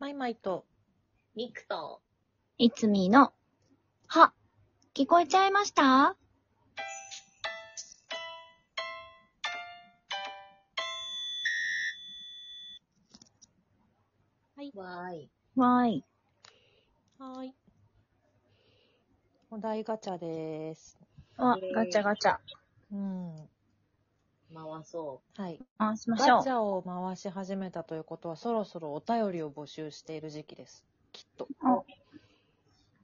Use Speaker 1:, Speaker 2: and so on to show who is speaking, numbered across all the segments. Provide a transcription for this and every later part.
Speaker 1: マイマイと、
Speaker 2: ミクと、
Speaker 3: いつみの、は、聞こえちゃいました
Speaker 2: わーい。
Speaker 3: わーい。
Speaker 1: はーい。お題ガチャでーす。
Speaker 3: あ
Speaker 2: イエーイ、
Speaker 3: ガチャガチャ。
Speaker 1: うん。
Speaker 2: 回そ
Speaker 1: はい。
Speaker 3: 回しましょ
Speaker 1: ガ
Speaker 3: う
Speaker 1: チ。ャを回し始めたということは、そろそろお便りを募集している時期です。きっと
Speaker 3: お。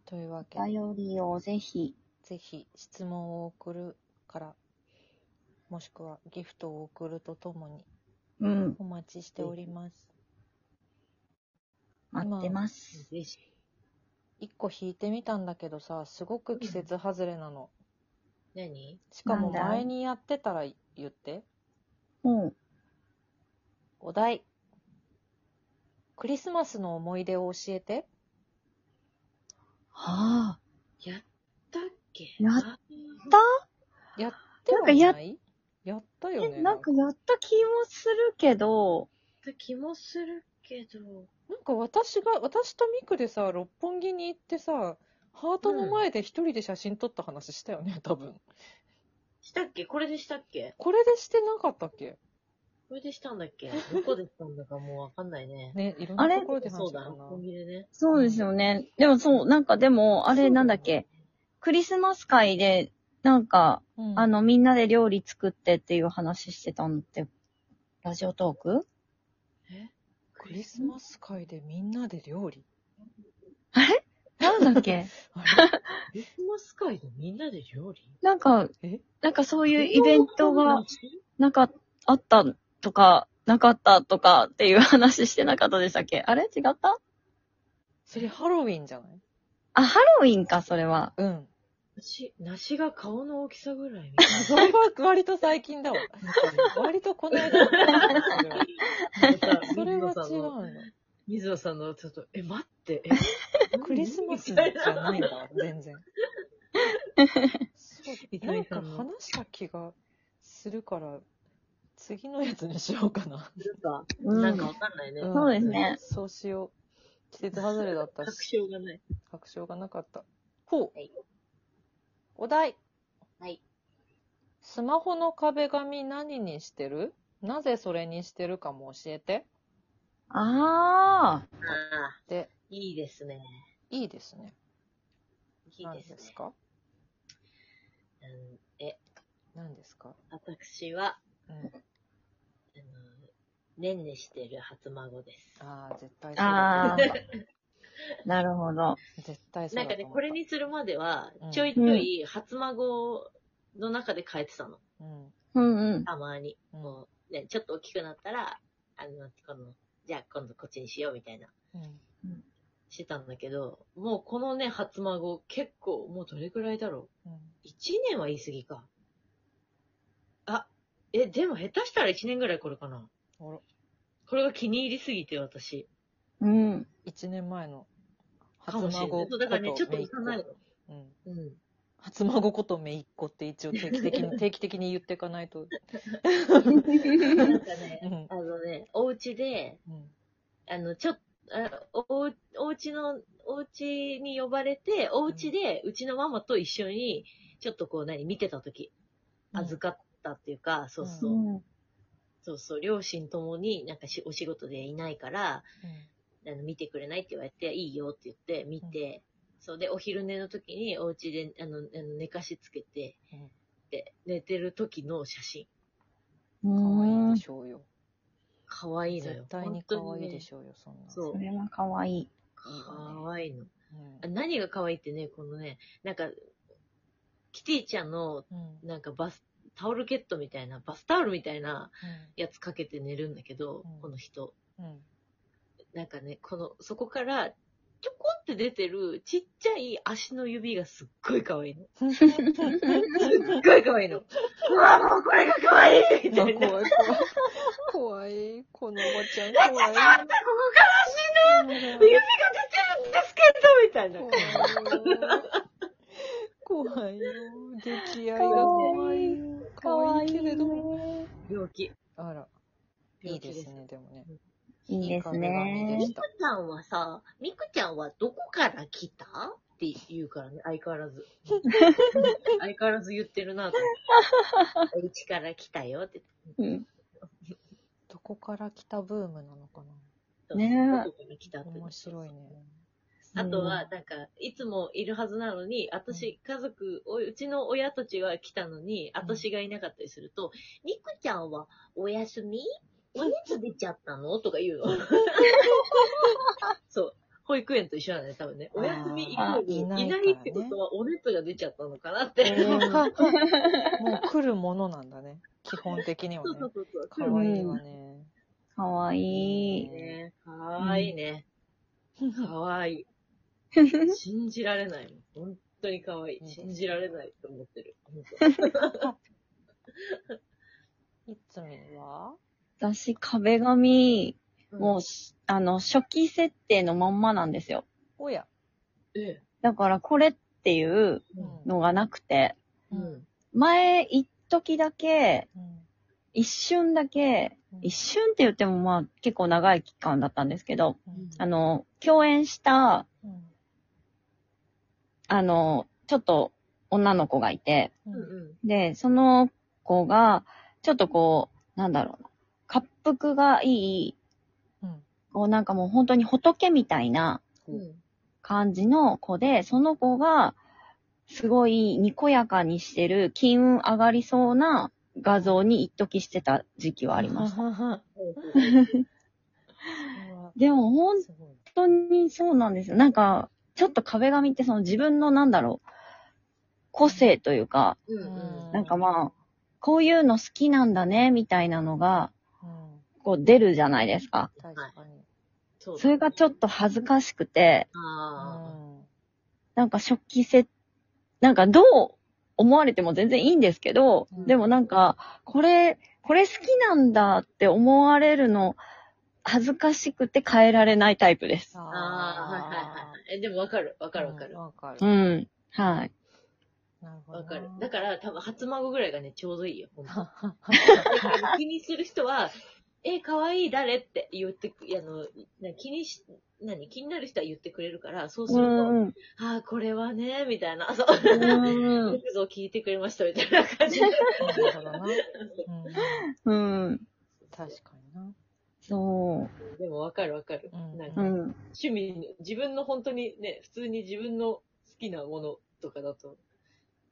Speaker 1: というわけ
Speaker 3: お
Speaker 1: で、
Speaker 3: 便りをぜひ。
Speaker 1: ぜひ質問を送るから、もしくはギフトを送るとともに
Speaker 3: うん。
Speaker 1: お待ちしております。
Speaker 3: 待ってます。
Speaker 2: う。ぜひ。
Speaker 1: 一個引いてみたんだけどさ、すごく季節外れなの。
Speaker 2: 何
Speaker 1: しかも
Speaker 3: なんだ
Speaker 1: 前にやってたら言って。
Speaker 3: うん。
Speaker 1: お題。クリスマスの思い出を教えて。
Speaker 3: はあ。
Speaker 2: やったっけ
Speaker 3: やっ
Speaker 2: あー
Speaker 1: やっては
Speaker 3: なん
Speaker 1: な
Speaker 3: か
Speaker 1: い
Speaker 3: や
Speaker 1: やったよね。
Speaker 3: え、
Speaker 1: な
Speaker 3: なんん
Speaker 1: か
Speaker 3: かやった気もするけど、
Speaker 2: た気もするけど。
Speaker 1: なんか私が、私とミクでさ、六本木に行ってさ、ハートの前で一人で写真撮った話したよね、多分。
Speaker 2: したっけこれでしたっけ
Speaker 1: これでしてなかったっけ
Speaker 2: これでしたんだっけどこでしたんだかもうわかんないね。
Speaker 1: ね、いろんな
Speaker 3: あれ
Speaker 1: ところで話
Speaker 2: そ
Speaker 1: し
Speaker 2: う
Speaker 1: た
Speaker 2: だ、
Speaker 1: か
Speaker 2: 六
Speaker 1: な。
Speaker 2: 本木でね。
Speaker 3: そうですよね。でもそう、なんかでも、あ
Speaker 2: そうだ
Speaker 3: れ
Speaker 2: よ
Speaker 3: なんだっけ、クリスマス会で、なんか、
Speaker 1: うん
Speaker 3: あの、、みんなで料理作ってっていう話してたのって、ラジオトーク
Speaker 1: えクリスマス会でみんなで料理
Speaker 3: なんだっけ
Speaker 1: あ
Speaker 2: クリスマス会でみんなで料理
Speaker 3: なんか
Speaker 1: え、
Speaker 3: なんかそういうイベントが、なんか、あったとか、なかったとかっていう話してなかったでしたっけあれ違った
Speaker 1: それハロウィンじゃない
Speaker 3: あ、ハロウィンか、それは。
Speaker 1: うん。
Speaker 2: 梨梨が顔の大きさぐらいみ
Speaker 1: それは割と最近だわ。割とこの間だったそれは。
Speaker 2: たいな
Speaker 1: それは
Speaker 2: 水野さん
Speaker 1: 違う
Speaker 2: の
Speaker 1: の。
Speaker 2: 水野さんのちょっと、え、待って、え
Speaker 1: クリスマスじゃ ないんだわ、全然。そうなんか話した気がするから、次のやつにしようかな。
Speaker 2: なんか、
Speaker 3: うん。
Speaker 2: なんかわかんないね。
Speaker 1: うん
Speaker 3: そうですね。
Speaker 1: そうしよう。季節外れだった
Speaker 2: 確
Speaker 1: し、
Speaker 2: 証がない。
Speaker 1: 確証がなかった。ほう。
Speaker 2: はい
Speaker 1: お題。
Speaker 2: はい。
Speaker 1: スマホの壁紙何にしてるなぜそれにしてるかも教えて。
Speaker 3: ああ。
Speaker 2: ああ、
Speaker 1: で、
Speaker 2: いいですね。
Speaker 1: いいですね。
Speaker 2: いい
Speaker 1: 何
Speaker 2: ですね。
Speaker 1: ですか
Speaker 2: うんえ、
Speaker 1: 何ですか
Speaker 2: 私は、
Speaker 1: うん。
Speaker 2: あの、ねんねしてる初孫です。
Speaker 1: ああ、絶対そうだ
Speaker 3: ああ。なるほど。
Speaker 1: 絶対そう
Speaker 2: な
Speaker 1: だ
Speaker 2: ん
Speaker 1: と思
Speaker 2: かね
Speaker 1: っ、た
Speaker 2: これにするまでは
Speaker 1: うん、
Speaker 2: ちょいちょい初孫の中で変えてたの。
Speaker 1: うん。
Speaker 3: うんうん。
Speaker 2: たまに。
Speaker 1: うん
Speaker 2: もう、ね、ちょっと大きくなったら、あの、この、じゃあ今度こっちにしようみたいな、
Speaker 1: うん
Speaker 2: してたんだけど、もうこのね、初孫、結構、もうどれくらいだろ
Speaker 1: うん
Speaker 2: う。1年は言い過ぎか。あ、え、でも下手したら1年ぐらいこれかな。
Speaker 1: あら、
Speaker 2: これが気に入りすぎて、私。
Speaker 3: うん。
Speaker 1: 1年前の
Speaker 2: かもしれない。そうだからね、ちょっと行かないの。
Speaker 1: うん
Speaker 2: うん。
Speaker 1: 初孫ことめいっ子って一応定期的 に、定期的に言っていかないと。
Speaker 2: なんかね
Speaker 1: う、ん。
Speaker 2: あのね、お家で、
Speaker 1: うん。
Speaker 2: あの、ちょっと、おお家の、お家に呼ばれて、お家で、うちのママと一緒に、ちょっとこう何、見てた時預かったっていうか、そうそう、
Speaker 3: うん
Speaker 2: そうそう、両親ともになんかしお仕事でいないから、あの、見てくれないって言われて、いいよって言って、見て、そうで、お昼寝の時に、お家で、あの、あの寝かしつけて、
Speaker 1: うん
Speaker 2: で、寝てる時の写真。
Speaker 1: う。
Speaker 3: うん
Speaker 1: かわい
Speaker 3: ん。
Speaker 1: いでしょうよ。
Speaker 2: 可愛
Speaker 3: そ
Speaker 2: いのよ。
Speaker 1: 絶対にかわいいでしょうよ、そんな。
Speaker 2: そう
Speaker 3: れはかわいい。
Speaker 1: いいよね
Speaker 2: 可愛いの。
Speaker 1: うん
Speaker 2: あ何が可愛いってね、このね、なんか、キティちゃんの、
Speaker 1: うん。
Speaker 2: なんかバス、タオルケットみたいな、バスタオルみたいな
Speaker 1: うん
Speaker 2: やつかけて寝るんだけど、
Speaker 1: うん
Speaker 2: この人。
Speaker 1: うん。
Speaker 2: なんかね、この、そこから、ちょこんって出てる、ちっちゃい足の指がすっごい可愛いの。すっごい可愛いの。うわ、もうこれが可愛いみた
Speaker 1: 怖
Speaker 2: い
Speaker 1: い
Speaker 2: な。
Speaker 1: 怖い。怖い。このおばちゃん 怖い。
Speaker 2: 指 が出てるんですけどみたいな。
Speaker 1: 怖いよ。激愛が怖いよ。可愛いけれども。
Speaker 2: 病気。
Speaker 1: あら、いい
Speaker 2: 病
Speaker 1: で
Speaker 2: 気
Speaker 1: すね、でもね。
Speaker 3: いいですね
Speaker 1: いい壁紙で
Speaker 2: み
Speaker 1: し
Speaker 2: く
Speaker 1: た
Speaker 2: ちゃんはさ、みくちゃんはどこから来たって言うからね、相変わ らず。相変わらず言ってるな と思って。うちから来たよって。
Speaker 3: うん。
Speaker 1: どこから来たブームなのか
Speaker 3: ねえ
Speaker 2: どこから来た
Speaker 1: な
Speaker 2: って。
Speaker 1: 面白いね。。
Speaker 2: あとは、なんか、いつもいるはずなのに、私、家族、おうちの親たちが来たのに、私がいなかったりすると、みくちゃんはお休みお熱出ちゃったのとか言うの。そう。保育園と一緒なんだよ、多分ね。お休みイコール、
Speaker 1: あー
Speaker 2: い
Speaker 1: い
Speaker 2: な
Speaker 1: ない
Speaker 2: い
Speaker 1: からね
Speaker 2: ってことは、お熱が出ちゃったのかな
Speaker 1: う
Speaker 2: って。
Speaker 1: んもう来るものなんだね。基本的には
Speaker 2: そうそう
Speaker 1: ね。
Speaker 2: そうそう。
Speaker 1: 可
Speaker 2: 来るもん
Speaker 1: 愛いわね。
Speaker 3: かわいい。
Speaker 2: ね。かわいいね。かわいい。信じられないもん。本当にかわい
Speaker 1: うん
Speaker 2: い。信じられないと思ってる。本当
Speaker 1: いつみは
Speaker 3: 私、壁紙、
Speaker 2: う、
Speaker 3: もうんし、あの、初期設定のまんまなんですよ。
Speaker 1: おや。
Speaker 2: ええ
Speaker 3: だから、これっていう
Speaker 1: うん
Speaker 3: のがなくて、
Speaker 1: う
Speaker 2: うんん。
Speaker 3: 前、一時だけ、
Speaker 1: うん
Speaker 3: 一瞬だけ、一瞬って言ってもまあ、結構長い期間だったんですけど、
Speaker 1: うん
Speaker 3: あの、共演した、
Speaker 1: うん
Speaker 3: あの、ちょっと女の子がいて、
Speaker 1: う
Speaker 2: うん
Speaker 1: ん
Speaker 2: う
Speaker 3: で、その子が、ちょっとこう、なんだろうな、滑腹がいい、
Speaker 1: うん
Speaker 3: こうなんかもう本当に仏みたいな、
Speaker 2: ん。うん。
Speaker 3: 感じの子で、その子が、すごいにこやかにしてる、金運上がりそうな画像に一時してた時期はありました。
Speaker 1: た。
Speaker 3: でも本
Speaker 1: すごい
Speaker 3: 当にそうなんですよ。なんか、ちょっと壁紙ってその自分のなんだろう、個性というか、
Speaker 2: うん
Speaker 1: うん
Speaker 3: なんかまあ、こういうの好きなんだね、みたいなのが、
Speaker 1: うん
Speaker 3: こう出るじゃないですか。
Speaker 1: 確かに。
Speaker 2: そう
Speaker 3: それがちょっと恥ずかしくて、
Speaker 2: あ
Speaker 3: なんか食器セなんかどう思われても全然いいんですけど、
Speaker 1: うん
Speaker 3: でもなんか、これ、これ好きなんだって思われるの、恥ずかしくて変えられないタイプです。
Speaker 2: あ。ああ、はいはいはいはい。え、でもわかる、わかるわかる
Speaker 1: うん。わかる
Speaker 3: う。ん。はい。
Speaker 1: なるほど。
Speaker 2: わかる。だから多分初孫ぐらいがね、ちょうどいいよ。ほんと気にする人は、 え、可愛い誰って言ってく、あの、な気にし、何気になる人は言ってくれるから、そうす
Speaker 3: う
Speaker 2: ると、
Speaker 3: ん。
Speaker 2: ああ、これはね、みたいな、そう。
Speaker 3: うん
Speaker 2: よくぞ聞いてくれました、みたいな感 じ。
Speaker 1: なるほどな。うん
Speaker 3: うん。
Speaker 1: 確かにな。
Speaker 3: そ
Speaker 2: でもわかるわかる。
Speaker 1: うん
Speaker 2: なん
Speaker 3: う。
Speaker 2: か
Speaker 3: う、ん。
Speaker 2: 趣味に、自分の本当にね、普通に自分の好きなものとかだと、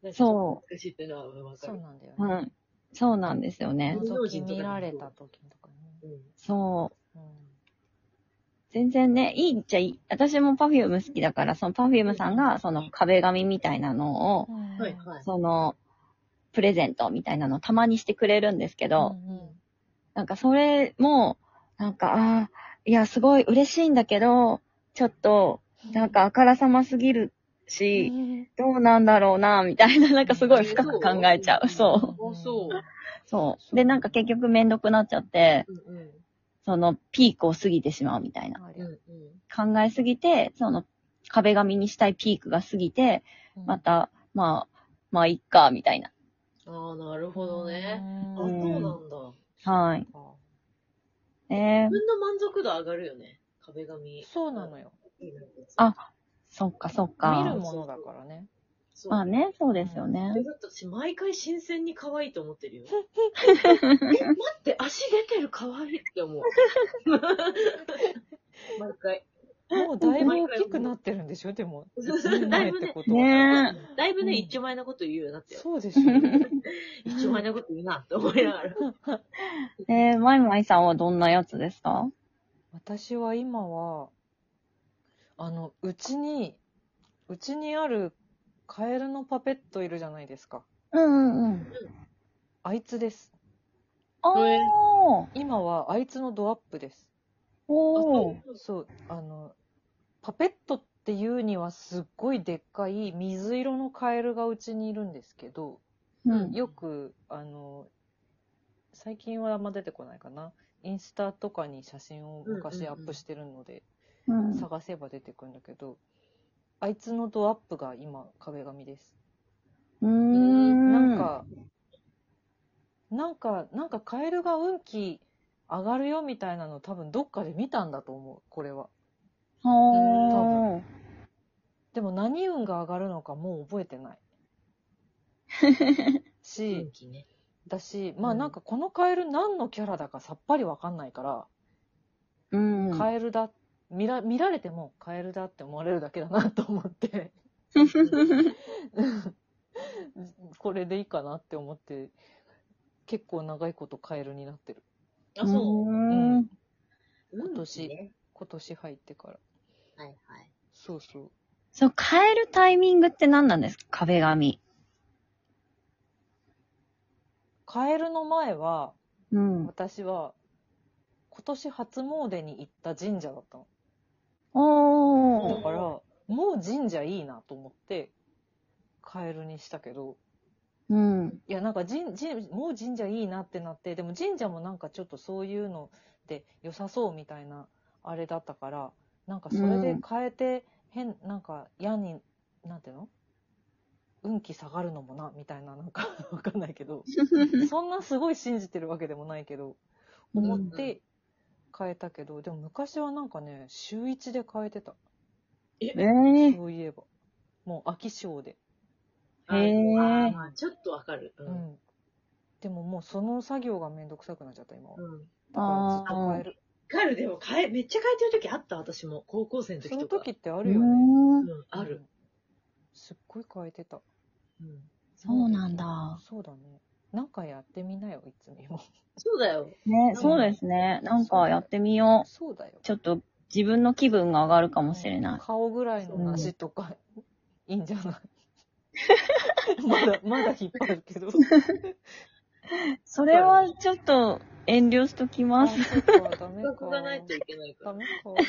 Speaker 2: なんか
Speaker 3: そう
Speaker 2: 難しいっていうのはわか
Speaker 1: そう
Speaker 2: る。
Speaker 1: なんだよ
Speaker 3: う
Speaker 1: ね。
Speaker 3: ん。そうなんですよね。
Speaker 1: 覗き見られた時とかね。
Speaker 2: うん
Speaker 3: そう。
Speaker 1: う
Speaker 3: 全然ね、いいっちゃいい。私もパフューム好きだから、そのパフュームさんが、その壁紙みたいなのを、
Speaker 1: ん。
Speaker 2: はいはい。
Speaker 3: その、プレゼントみたいなのをたまにしてくれるんですけど、
Speaker 1: うんうん
Speaker 3: なんかそれも、なんか、ああ、いや、すごい嬉しいんだけど、ちょっと、なんかあからさますぎるし、どうなんだろうな、みたいな、なんかすごい深く考えちゃう。そう。
Speaker 2: そうそう。
Speaker 3: そう。で、なんか結局めんどくなっちゃって、
Speaker 2: うんうん。
Speaker 3: そのピークを過ぎてしまうみたいな。
Speaker 1: あり
Speaker 2: う
Speaker 1: ゃ
Speaker 2: んうん。
Speaker 3: 考えすぎて、その壁紙にしたいピークが過ぎて、
Speaker 1: うん
Speaker 3: また、まあ、まあ、いっか、みたいな。
Speaker 2: ああ、なるほどね。あ、そううんなんだ。
Speaker 3: はい。えー
Speaker 2: 自、分の満足度上がるよね。壁紙。
Speaker 1: そうなのよ。
Speaker 3: あそっかそっ
Speaker 1: 見
Speaker 3: か。
Speaker 1: るものだからね。
Speaker 2: そう。
Speaker 3: まあね、そうですよね
Speaker 2: そ。れだと私、毎回新鮮に可愛いと思って るよ。え、待って、足出てる可愛いって 思う。毎回。
Speaker 1: もうだいぶ大きくなってるんでしょでも。一年前ってことは。
Speaker 3: ねえ。
Speaker 2: だいぶね、
Speaker 1: うん
Speaker 2: 一丁前なこと言うようになってよ。
Speaker 1: そうでしょ。
Speaker 2: 一丁前なこと言うなって思いながら。
Speaker 3: えー、マイマイさんはどんなやつですか
Speaker 1: 私は今は、あの、うちに、うちにあるカエルのパペットいるじゃないですか。
Speaker 3: うんうんうん。
Speaker 1: あいつです。
Speaker 2: え
Speaker 3: おー
Speaker 1: 今はあいつのドアップです。
Speaker 3: おー
Speaker 1: そう、あの、パペットっていうにはすっごいでっかい水色のカエルがうちにいるんですけど、
Speaker 3: うん。
Speaker 1: よく、あの、最近はあんま出てこないかな。インスタとかに写真を昔アップしてるので、
Speaker 3: うん
Speaker 1: 探せば出てくるんだけど、あいつのドアップが今壁紙です。
Speaker 3: うーん。
Speaker 1: なん、か、なんか、なんかカエルが運気上がるよみたいなの多分どっかで見たんだと思う、これは。
Speaker 3: ほー。
Speaker 1: でも何運が上がるのかもう覚えて ない。
Speaker 2: 運
Speaker 1: し、
Speaker 2: 気ね。
Speaker 1: だし、まあ
Speaker 2: うん
Speaker 1: なんかこのカエル何のキャラだかさっぱりわかんないから、
Speaker 3: うん。
Speaker 1: カエルだ、見ら、見られてもカエルだって思われるだけだなと思って、これでいいかなって思って、結構長いことカエルになってる。
Speaker 2: あ、 そう。
Speaker 3: ーん。
Speaker 2: 今
Speaker 1: 年
Speaker 2: ね。
Speaker 1: 今年入ってから。
Speaker 2: はいはい。
Speaker 1: そうそう。
Speaker 3: そう、変えるタイミングって何なんですか壁紙。
Speaker 1: カエルの前は、
Speaker 3: うん。
Speaker 1: 私は、今年初詣に行った神社だったの。
Speaker 3: お
Speaker 1: だ
Speaker 3: ー。
Speaker 1: から、もう神社いいなと思って、カエルにしたけど、
Speaker 3: うん。
Speaker 1: いや、なんか神、神、もう神社いいなってなって、でも神社もなんかちょっとそういうのって良さそうみたいな、あれだったから、なんかそれで変えて、変、なんか嫌に、なんていうの運気下がるのもな、みたいな、なんか わかんないけど、そんなすごい信じてるわけでもないけど、思って変えたけど、でも昔はなんかね、週1で変えてた。
Speaker 3: えー。
Speaker 1: そういえば。もう飽き性で。
Speaker 2: あ
Speaker 3: へー
Speaker 2: あまあちょっとわかる。う。
Speaker 1: うんん。でももうその作業がめんどくさくなっちゃった、今は。だ
Speaker 2: うん。
Speaker 1: からず
Speaker 3: あ
Speaker 1: っと変え
Speaker 3: ー。
Speaker 1: る。
Speaker 2: カエルでも変え、めっちゃ変えてる時あった、私も。高校生の時
Speaker 1: そ
Speaker 2: とか。
Speaker 1: の時ってあ
Speaker 3: う
Speaker 1: るよね。
Speaker 3: ー
Speaker 2: うんん、あ
Speaker 1: う
Speaker 2: る。
Speaker 1: ん。すっごい変えてた。
Speaker 2: うん。
Speaker 3: そうなんだ。
Speaker 1: そうだね。なんかやってみなよ、いつにも。
Speaker 2: そうだよ。
Speaker 3: ね、そうですね。なんかやってみよ
Speaker 1: そうだよ
Speaker 3: う。。ちょっと自分の気分が上がるかもしれない。
Speaker 1: 顔ぐらいの足とか、いいんじゃない まだ、まだ引っ張るけど。
Speaker 3: それはちょっと遠慮しとき
Speaker 1: あ、
Speaker 3: ま
Speaker 1: そ
Speaker 3: す。
Speaker 1: うか、ダメ
Speaker 2: 資
Speaker 1: か。
Speaker 2: 格がないといけないから
Speaker 1: ダ。メか。